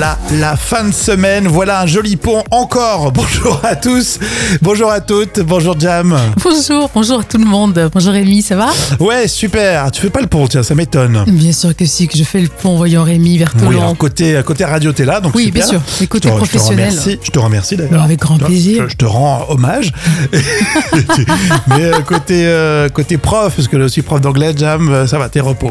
la, la fin de semaine. Voilà un joli pont encore. Bonjour à tous, bonjour à toutes, bonjour Jam. Bonjour, bonjour à tout le monde. Bonjour Rémi, ça va Ouais, super. Tu fais pas le pont, tiens, ça m'étonne. Bien sûr que si, que je fais le pont, voyons Rémi vers Oui, Toulon. alors, côté, côté radio, t'es là, donc Oui, super. bien sûr, mais côté Je te- professionnel. Je te remercie, je te remercie d'ailleurs. Mais avec grand Je- plaisir. Je, je te rends hommage. mais euh, côté, euh, côté prof, parce que je suis prof d'anglais, Jam, euh, ça va, t'es repos.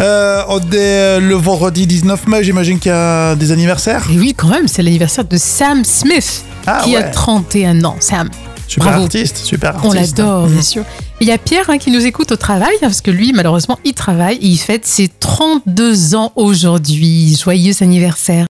Euh, on est euh, le vendredi 19 mai, j'imagine qu'il y a des anniversaires. Et oui, quand même, c'est l'anniversaire de Sam Smith, Ah qui a ouais. 31 ans. Sam, Super bravo. artiste, super artiste. on l'adore, bien sûr. Et Il y a Pierre hein, qui nous écoute au travail, hein, parce que lui, malheureusement, il travaille et il fête ses 32 ans aujourd'hui. Joyeux anniversaire.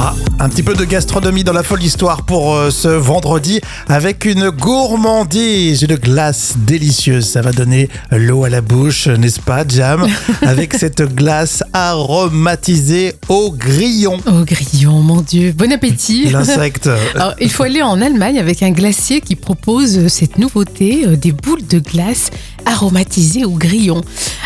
Ah, un petit peu de gastronomie dans la folle histoire pour euh, ce vendredi avec une gourmandise, une glace délicieuse. Ça va donner l'eau à la bouche, n'est-ce pas, Jam Avec cette glace aromatisée au grillon, Oh, grillon, mon Dieu. Bon appétit. l'insecte. Euh, Alors, il faut aller en Allemagne avec un glacier qui propose euh, cette nouveauté, euh, des boules de glace aromatisées au grillon.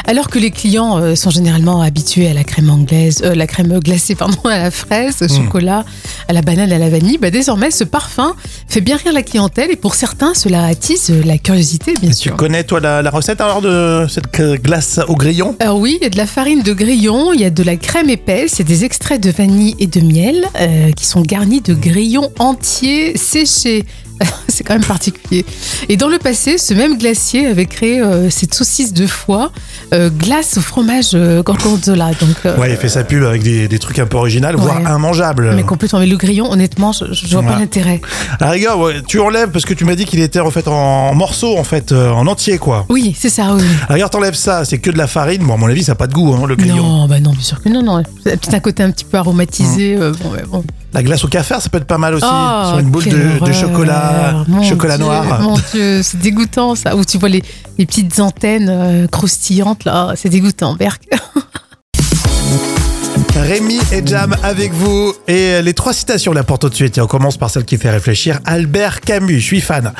Alors que les clients euh, sont généralement habitués à la crème anglaise, euh, la crème glacée pardon, à la fraise, au chocolat, à la banane, à la vanille, bah, désormais ce parfum fait bien rire la clientèle et pour certains cela attise euh, la curiosité bien Tu sûr. connais, toi, la, la recette alors de cette euh, glace au grillon Alors oui, il y a de la farine de grillon, il y a de la crème épaisse, il y a des extraits de vanille et de miel euh, qui sont garnis de grillons entiers séchés. C'est quand même particulier. Et dans le passé, ce même glacier avait créé euh, cette saucisse de foie euh, glace au fromage euh, gorgonzola. Donc, euh, Ouais, il fait sa pub avec des, des trucs un peu originaux, voire Ouais. immangeables. mais complètement. Mais le grillon, honnêtement, je, je vois Ouais. pas l'intérêt. Ah, regarde, ouais, tu enlèves parce que tu m'as dit qu'il était en fait en morceaux, en fait, euh, en entier, quoi. Oui, c'est ça. Oui. Ah, Regarde, t'enlèves ça, c'est que de la farine. Bon, à mon avis, ça n'a pas de goût, hein, le grillon. Non, bah non, bien sûr que non, non. C'est Peut-être un côté un petit peu aromatisé. Mm. euh, bon, ouais, bon. La glace au café, ça peut être pas mal aussi. Oh, Sur une boule quelle de, de horreur. chocolat, Mon chocolat Dieu, noir. Mon Dieu, c'est dégoûtant ça. Où tu vois les, les petites antennes euh, croustillantes là, Oh, c'est dégoûtant, Berk. Euh, Rémi et Jam avec vous. Et euh, les trois citations là pour tout de suite. Et on commence par celle qui fait réfléchir. Albert Camus, je suis fan.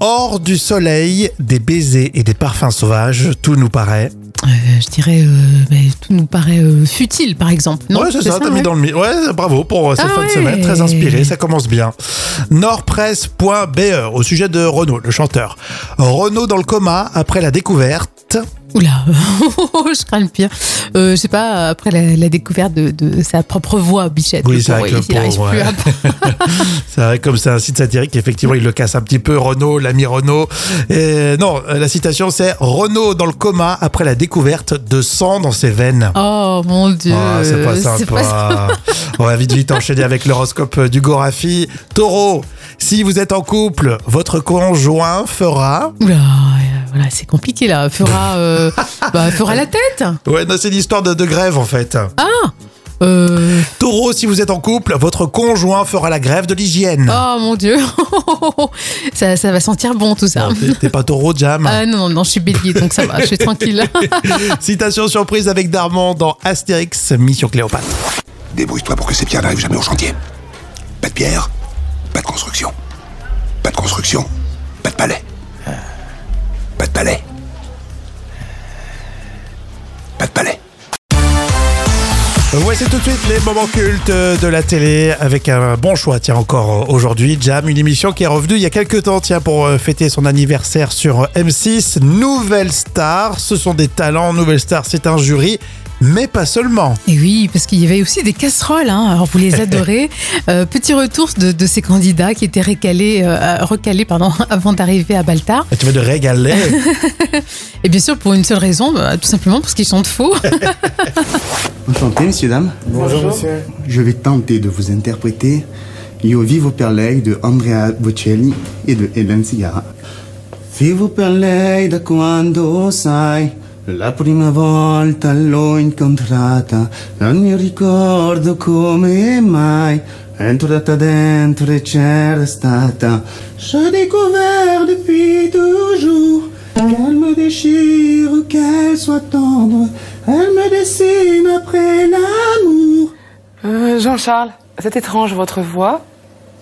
Hors du soleil, des baisers et des parfums sauvages, tout nous paraît. je dirais, euh, ben, tout nous paraît euh, futile par exemple. Non, ouais, c'est ça, t'as mis dans le mi- Ouais, bravo pour euh, cette Ah fin de ouais. semaine. Très inspiré, ça commence bien. Nordpresse.be E, au sujet de Renaud, le chanteur. Renaud dans le coma après la découverte. Oula, je crains le pire. Euh, je sais pas, après la, la découverte de, de sa propre voix, Bichette. Oui, le c'est vrai pauvre, que le il arrive pauvre, plus ouais. à- C'est vrai, comme c'est un site satirique, effectivement, il le casse un petit peu, Renault, l'ami Renault. Et non, la citation, c'est Renault dans le coma après la découverte de sang dans ses veines. Oh mon dieu. Ah, c'est pas sympa. On va vite vite enchaîner avec l'horoscope du Gorafi. Taureau, si vous êtes en couple, votre conjoint fera. Oula, euh, voilà, c'est compliqué là. Fera, euh, bah, fera la tête. Ouais, non, c'est l'histoire de, de grève en fait. Euh, Taureau, si vous êtes en couple, votre conjoint fera la grève de l'hygiène. Oh mon dieu, ça, ça va sentir bon tout ça. Non, t'es- T'es pas taureau, Jam Ah non, non, non, je suis bélier, donc ça va, je suis tranquille. Citation surprise avec Darman dans Astérix, Mission Cléopâtre. Débrouille-toi pour que ces pierres n'arrivent jamais au chantier. Pas de pierre, pas de construction. Pas de construction, pas de palais. Pas de palais. Pas de palais. Voici Euh, tout de suite les moments cultes euh, de la télé avec un bon choix, tiens, encore euh, aujourd'hui. Jam, une émission qui est revenue il y a quelques temps, tiens, pour euh, fêter son anniversaire sur euh, M6. Nouvelle star, ce sont des talents. Nouvelle star, c'est un jury, mais pas seulement. Et oui, parce qu'il y avait aussi des casseroles, hein, alors vous les adorez. Euh, petit retour de, de ces candidats qui étaient récalés, euh, recalés pardon, avant d'arriver à Baltar. Tu vas te régaler. Et bien sûr, pour une seule raison, bah, tout simplement parce qu'ils sont de faux. Enchanté, messieurs, dames. Bonjour, monsieur. Je vais tenter de vous interpréter Io vivo per lei de Andrea Bocelli e de Helen Sigara. Vivo per lei da quando, sai, la prima volta l'ho incontrata. Non mi ricordo come mai. È entrata dentro e c'era stata. J'ai découvert depuis toujours. Qu'elle me déchire, qu'elle soit tendre. Elle me dessine après l'amour. Euh, Jean-Charles, c'est étrange votre voix.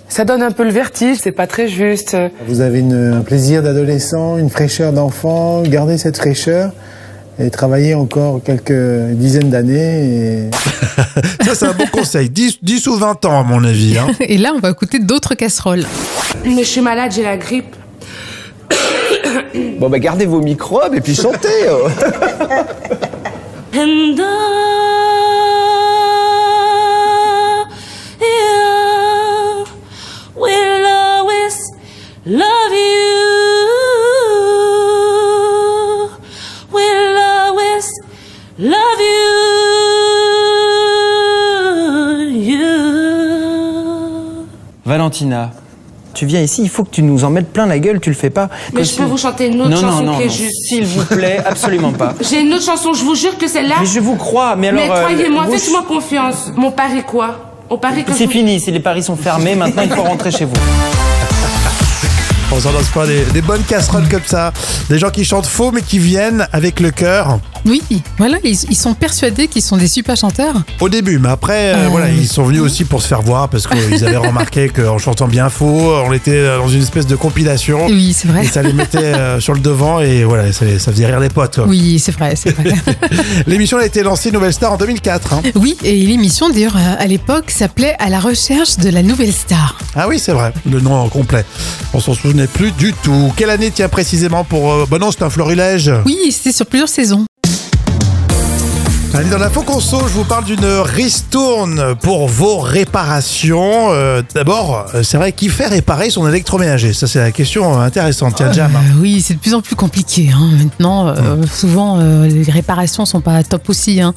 Ça donne un peu le vertige, c'est pas très juste. Vous avez une- un plaisir d'adolescent, une fraîcheur d'enfant, gardez cette fraîcheur et travailler encore quelques dizaines d'années. et- Ça, c'est un bon conseil. 10, 10 ou 20 ans, à mon avis. hein. Et là, on va écouter d'autres casseroles. Mais je suis malade, j'ai la grippe. Bon bah gardez vos microbes et puis chantez oh. Valentina, tu viens ici, il faut que tu nous en mettes plein la gueule, tu le fais pas. Mais je peux vous chanter une autre non, chanson non, non, qui est non. juste. S'il vous plaît, absolument pas. J'ai une autre chanson, je vous jure que celle-là. Mais je vous crois, mais alors... Mais euh, croyez-moi, vous- faites-moi confiance. Mon pari quoi Mon pari que je C'est vous- fini, si les paris sont fermés, maintenant il faut rentrer chez vous. On s'en lance pas des, des bonnes casseroles comme ça. Des gens qui chantent faux, mais qui viennent avec le cœur Oui, voilà, ils, ils sont persuadés qu'ils sont des super chanteurs. au début. Mais après, euh, Euh, voilà, ils sont venus aussi pour se faire voir parce qu'ils avaient remarqué qu'en chantant bien faux, on était dans une espèce de compilation. Oui, c'est vrai. Et ça les mettait euh, sur le devant et voilà, ça, ça faisait rire les potes. quoi. Oui, c'est vrai, c'est vrai. L'émission elle a été lancée Nouvelle Star en 2004. hein. Oui, et l'émission, d'ailleurs, à à l'époque, s'appelait À la recherche de la nouvelle star. Ah oui, c'est vrai, le nom en complet. On s'en souvenait plus du tout. Quelle année tient précisément pour... euh, Bah non, c'est un florilège. Oui, c'était sur plusieurs saisons. Allez, dans l'info conso, je vous parle d'une ristourne pour vos réparations. Euh, D'abord, euh, c'est vrai, qui fait réparer son électroménager Ça, c'est la question euh, intéressante. Tiens, Jam. Euh, oui, c'est de plus en plus compliqué. hein. Maintenant, euh, souvent, euh, les réparations sont pas top aussi. Hein.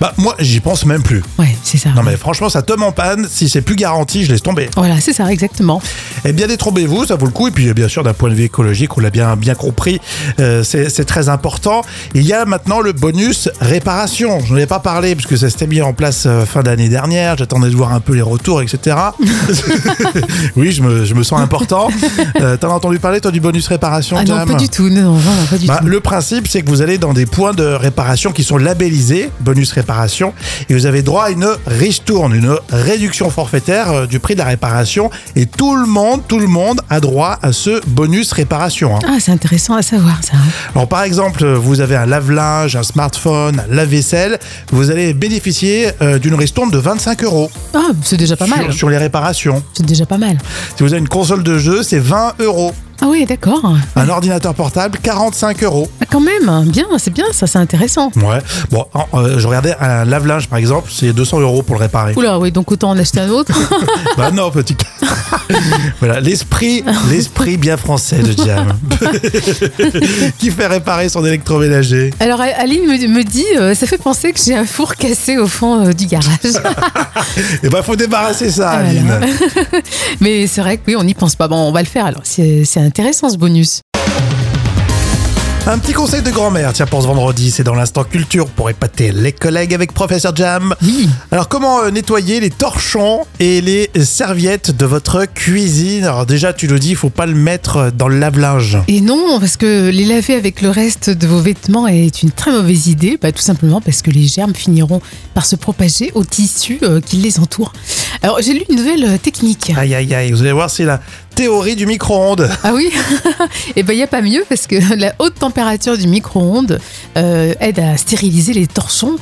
Bah, moi, j'y pense même plus. Ouais, c'est ça. Non, mais franchement, ça tombe en panne. Si c'est plus garanti, je laisse tomber. Voilà, c'est ça, exactement. Eh bien, détrompez-vous, ça vaut le coup. Et puis, euh, bien sûr, d'un point de vue écologique, on l'a bien, bien compris, euh, c'est c'est très important. Il y a maintenant le bonus réparation. Je n'en ai pas parlé puisque ça s'était mis en place euh, fin d'année dernière. J'attendais de voir un peu les retours, etc. oui, je me, je me sens important. Euh, T'en as entendu parler, toi, du bonus réparation, Ah non, Jam pas du tout. Non, non, non, pas du bah, tout. le principe, c'est que vous allez dans des points de réparation qui sont labellisés, bonus réparation, et vous avez droit à une ristourne, une réduction forfaitaire euh, du prix de la réparation. Et tout le monde, tout le monde a droit à ce bonus réparation. hein. Ah, c'est intéressant à savoir, ça. Alors, par exemple, euh, vous avez un lave-linge, un smartphone, un lave-vaisselle, vous allez bénéficier euh, d'une ristourne de 25 euros Ah, c'est déjà pas mal. sur, sur les réparations. C'est déjà pas mal. Si vous avez une console de jeu, c'est 20 euros. Ah oui, d'accord. Un ordinateur portable, 45 euros. Ah, quand même, bien, c'est bien, ça, c'est intéressant. Ouais. Bon, en- euh, je regardais un lave-linge par exemple, c'est 200 euros pour le réparer. Oula, oui, donc autant en acheter un autre. Bah non, petit. voilà, l'esprit, l'esprit bien français de Jam, qui fait réparer son électroménager. Alors Aline me, me dit, euh, ça fait penser que j'ai un four cassé au fond euh, du garage. Et ben, faut débarrasser ça, Ah, Aline. voilà. Mais c'est vrai que oui, on n'y pense pas. Bon, on va le faire alors. C'est c'est intéressant ce bonus. Un petit conseil de grand-mère, tiens, pour ce vendredi, c'est dans l'instant culture pour épater les collègues avec Professeur Jam. Oui. Alors, comment euh, nettoyer les torchons et les serviettes de votre cuisine Alors, déjà, tu le dis, il faut pas le mettre dans le lave-linge. Et non, parce que les laver avec le reste de vos vêtements est une très mauvaise idée, bah, tout simplement parce que les germes finiront par se propager au tissu euh, qui les entoure. Alors j'ai lu une nouvelle euh, technique. Aïe, aïe, aïe, vous allez voir, c'est la théorie du micro-ondes. Ah oui Et bien, il n'y a pas mieux parce que la haute température du micro-ondes euh, aide à stériliser les torchons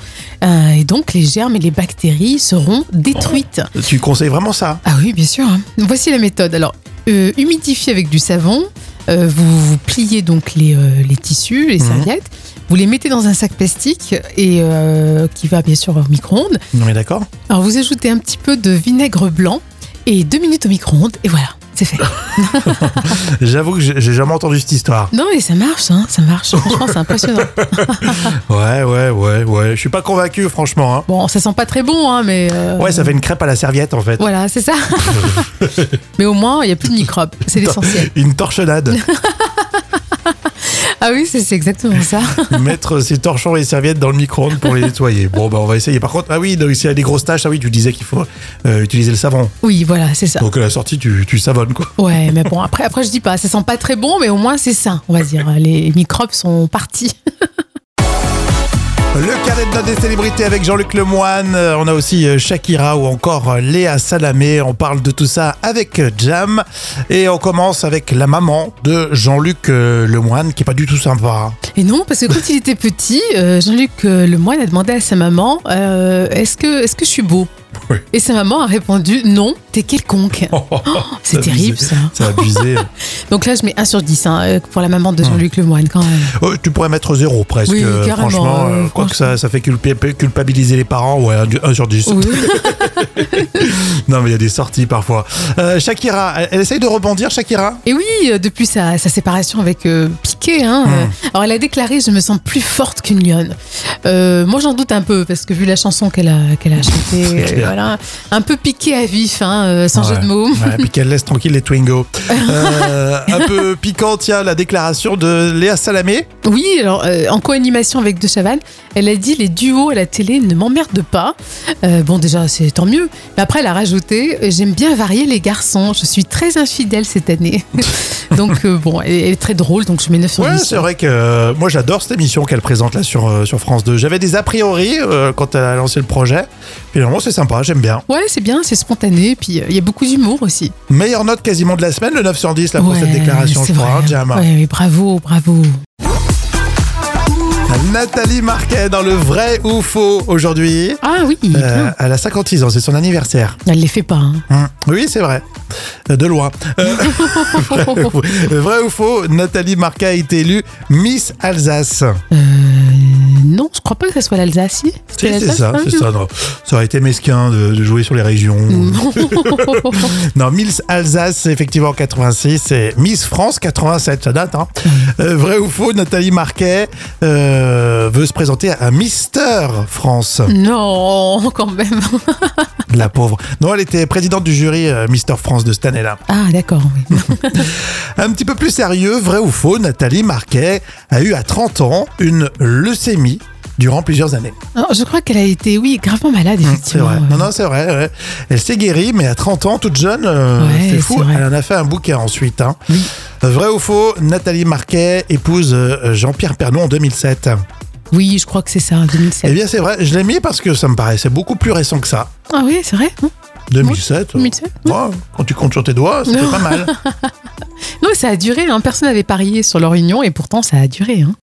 euh, et donc les germes et les bactéries seront détruites. Tu conseilles vraiment ça Ah oui, bien sûr. hein. Voici la méthode. Alors, euh, humidifiez avec du savon. euh, vous, vous pliez donc les, euh, les tissus, Mhm. les serviettes. Vous les mettez dans un sac plastique et euh, qui va bien sûr au micro-ondes. Non, mais d'accord. Alors, vous ajoutez un petit peu de vinaigre blanc et deux minutes au micro-ondes et voilà, c'est fait. J'avoue que j'ai j'ai jamais entendu cette histoire. Non, mais ça marche, hein, ça marche. Franchement, c'est impressionnant. Ouais, ouais, ouais, ouais. Je suis pas convaincu, franchement. hein. Bon, ça sent pas très bon, hein, mais. euh, Ouais, ça fait une crêpe à la serviette, en fait. Voilà, c'est ça. mais au moins, il n'y a plus de microbes. C'est l'essentiel. Une torchonnade. Ah oui, c'est c'est exactement ça. Mettre ses torchons et serviettes dans le micro-ondes pour les nettoyer. Bon, bah, on va essayer. Par contre, ah oui, donc, s'il y a des grosses taches, ah oui, tu disais qu'il faut euh, utiliser le savon. Oui, voilà, c'est ça. Donc, à la sortie, tu, tu savonnes, quoi. Ouais, mais bon, après, après, je dis pas. Ça sent pas très bon, mais au moins, c'est sain, on va dire. Les microbes sont partis. Le carnet de notes des célébrités avec Jean-Luc Lemoine. Euh, On a aussi euh, Shakira ou encore euh, Léa Salamé. On parle de tout ça avec euh, Jam. Et on commence avec la maman de Jean-Luc euh, Lemoine qui est pas du tout sympa. hein. Et non, parce que quand il était petit, euh, Jean-Luc euh, Lemoyne a demandé à sa maman euh, Est-ce que, est que je suis beau Oui. Et sa maman a répondu Non, t'es quelconque. C'est Oh, abusé. terrible ça. C'est abusé. Donc là, je mets 1 sur 10 hein, euh, pour la maman de Jean-Luc Lemoyne quand même. Oh, tu pourrais mettre zéro presque. Oui, euh, carrément, Franchement, euh, euh, quoi que ça, ça fait culp- culpabiliser les parents, ouais, 1 sur 10. Oui. Non, mais il y a des sorties parfois. Euh, Shakira, elle, elle essaye de rebondir, Shakira Et oui, euh, depuis sa, sa séparation avec euh, Piqué, hein, Hmm. euh, alors elle a déclaré Je me sens plus forte qu'une lionne. Euh, moi, j'en doute un peu, parce que vu la chanson qu'elle a, qu'elle a chantée, euh, clair. voilà, un peu piqué à vif, hein, euh, sans jeu Ouais. de mots. Ouais, puis qu'elle laisse tranquille les Twingo. Euh, un peu piquante, il y a la déclaration de Léa Salamé. Oui, alors euh, en co-animation avec De Chavannes, elle a dit les duos à la télé ne m'emmerdent pas. Euh, bon, déjà, c'est tant mieux. Mais après, elle a rajouté euh, J'aime bien varier les garçons, je suis très infidèle cette année. donc, euh, bon, elle, elle est très drôle, donc je mets 9 sur Ouais, 10. c'est vrai que euh, moi j'adore cette émission qu'elle présente là sur, euh, sur France 2. J'avais des a priori euh, quand elle a lancé le projet. Finalement, c'est sympa, j'aime bien. Ouais, c'est bien, c'est spontané, puis euh, il y a beaucoup d'humour aussi. Meilleure note quasiment de la semaine, le 910 là pour Ouais, cette déclaration, je c'est crois, hein, vrai. Jam. Ouais, mais bravo, bravo. Nathalie Marquet dans le vrai ou faux aujourd'hui. Ah oui, Euh, elle a 56 ans, c'est son anniversaire. elle les fait pas. hein. Hum, Oui, c'est vrai. Euh, De loin. Euh, vrai ou faux, Nathalie Marquet a été élue Miss Alsace. non, je crois pas que ça soit l'Alsace. si. Si, C'était c'est l'Alsace, ça, hein c'est ça. non. Ça aurait été mesquin de, de jouer sur les régions. Mmh. Non, Miss Alsace, effectivement, 86 et Miss France, 87, ça date. Hein. Euh, vrai ou faux, Nathalie Marquet euh, veut se présenter à Mister France, non, quand même. la pauvre. Non, elle était présidente du jury euh, Mister France de cette année-là. Ah d'accord, oui. Mm. Un petit peu plus sérieux, vrai ou faux, Nathalie Marquet a eu à 30 ans une leucémie durant plusieurs années. Non, je crois qu'elle a été, oui, gravement malade, Mm, C'est effectivement. vrai. Non, non, c'est vrai. ouais. Elle s'est guérie, mais à 30 ans, toute jeune, euh, Ouais, c'est fou. c'est vrai. Elle en a fait un bouquin ensuite. hein. Vrai ou faux, Nathalie Marquet épouse euh, Jean-Pierre Pernon en 2007. Oui, je crois que c'est ça, 2007. Eh bien, c'est vrai. Je l'ai mis parce que ça me paraissait beaucoup plus récent que ça. Ah oui, c'est vrai Non, 2007. euh, 2007, ouais, quand tu comptes sur tes doigts, c'était Non. pas mal. Non, ça a duré, hein. personne n'avait parié sur leur union et pourtant ça a duré. Hein.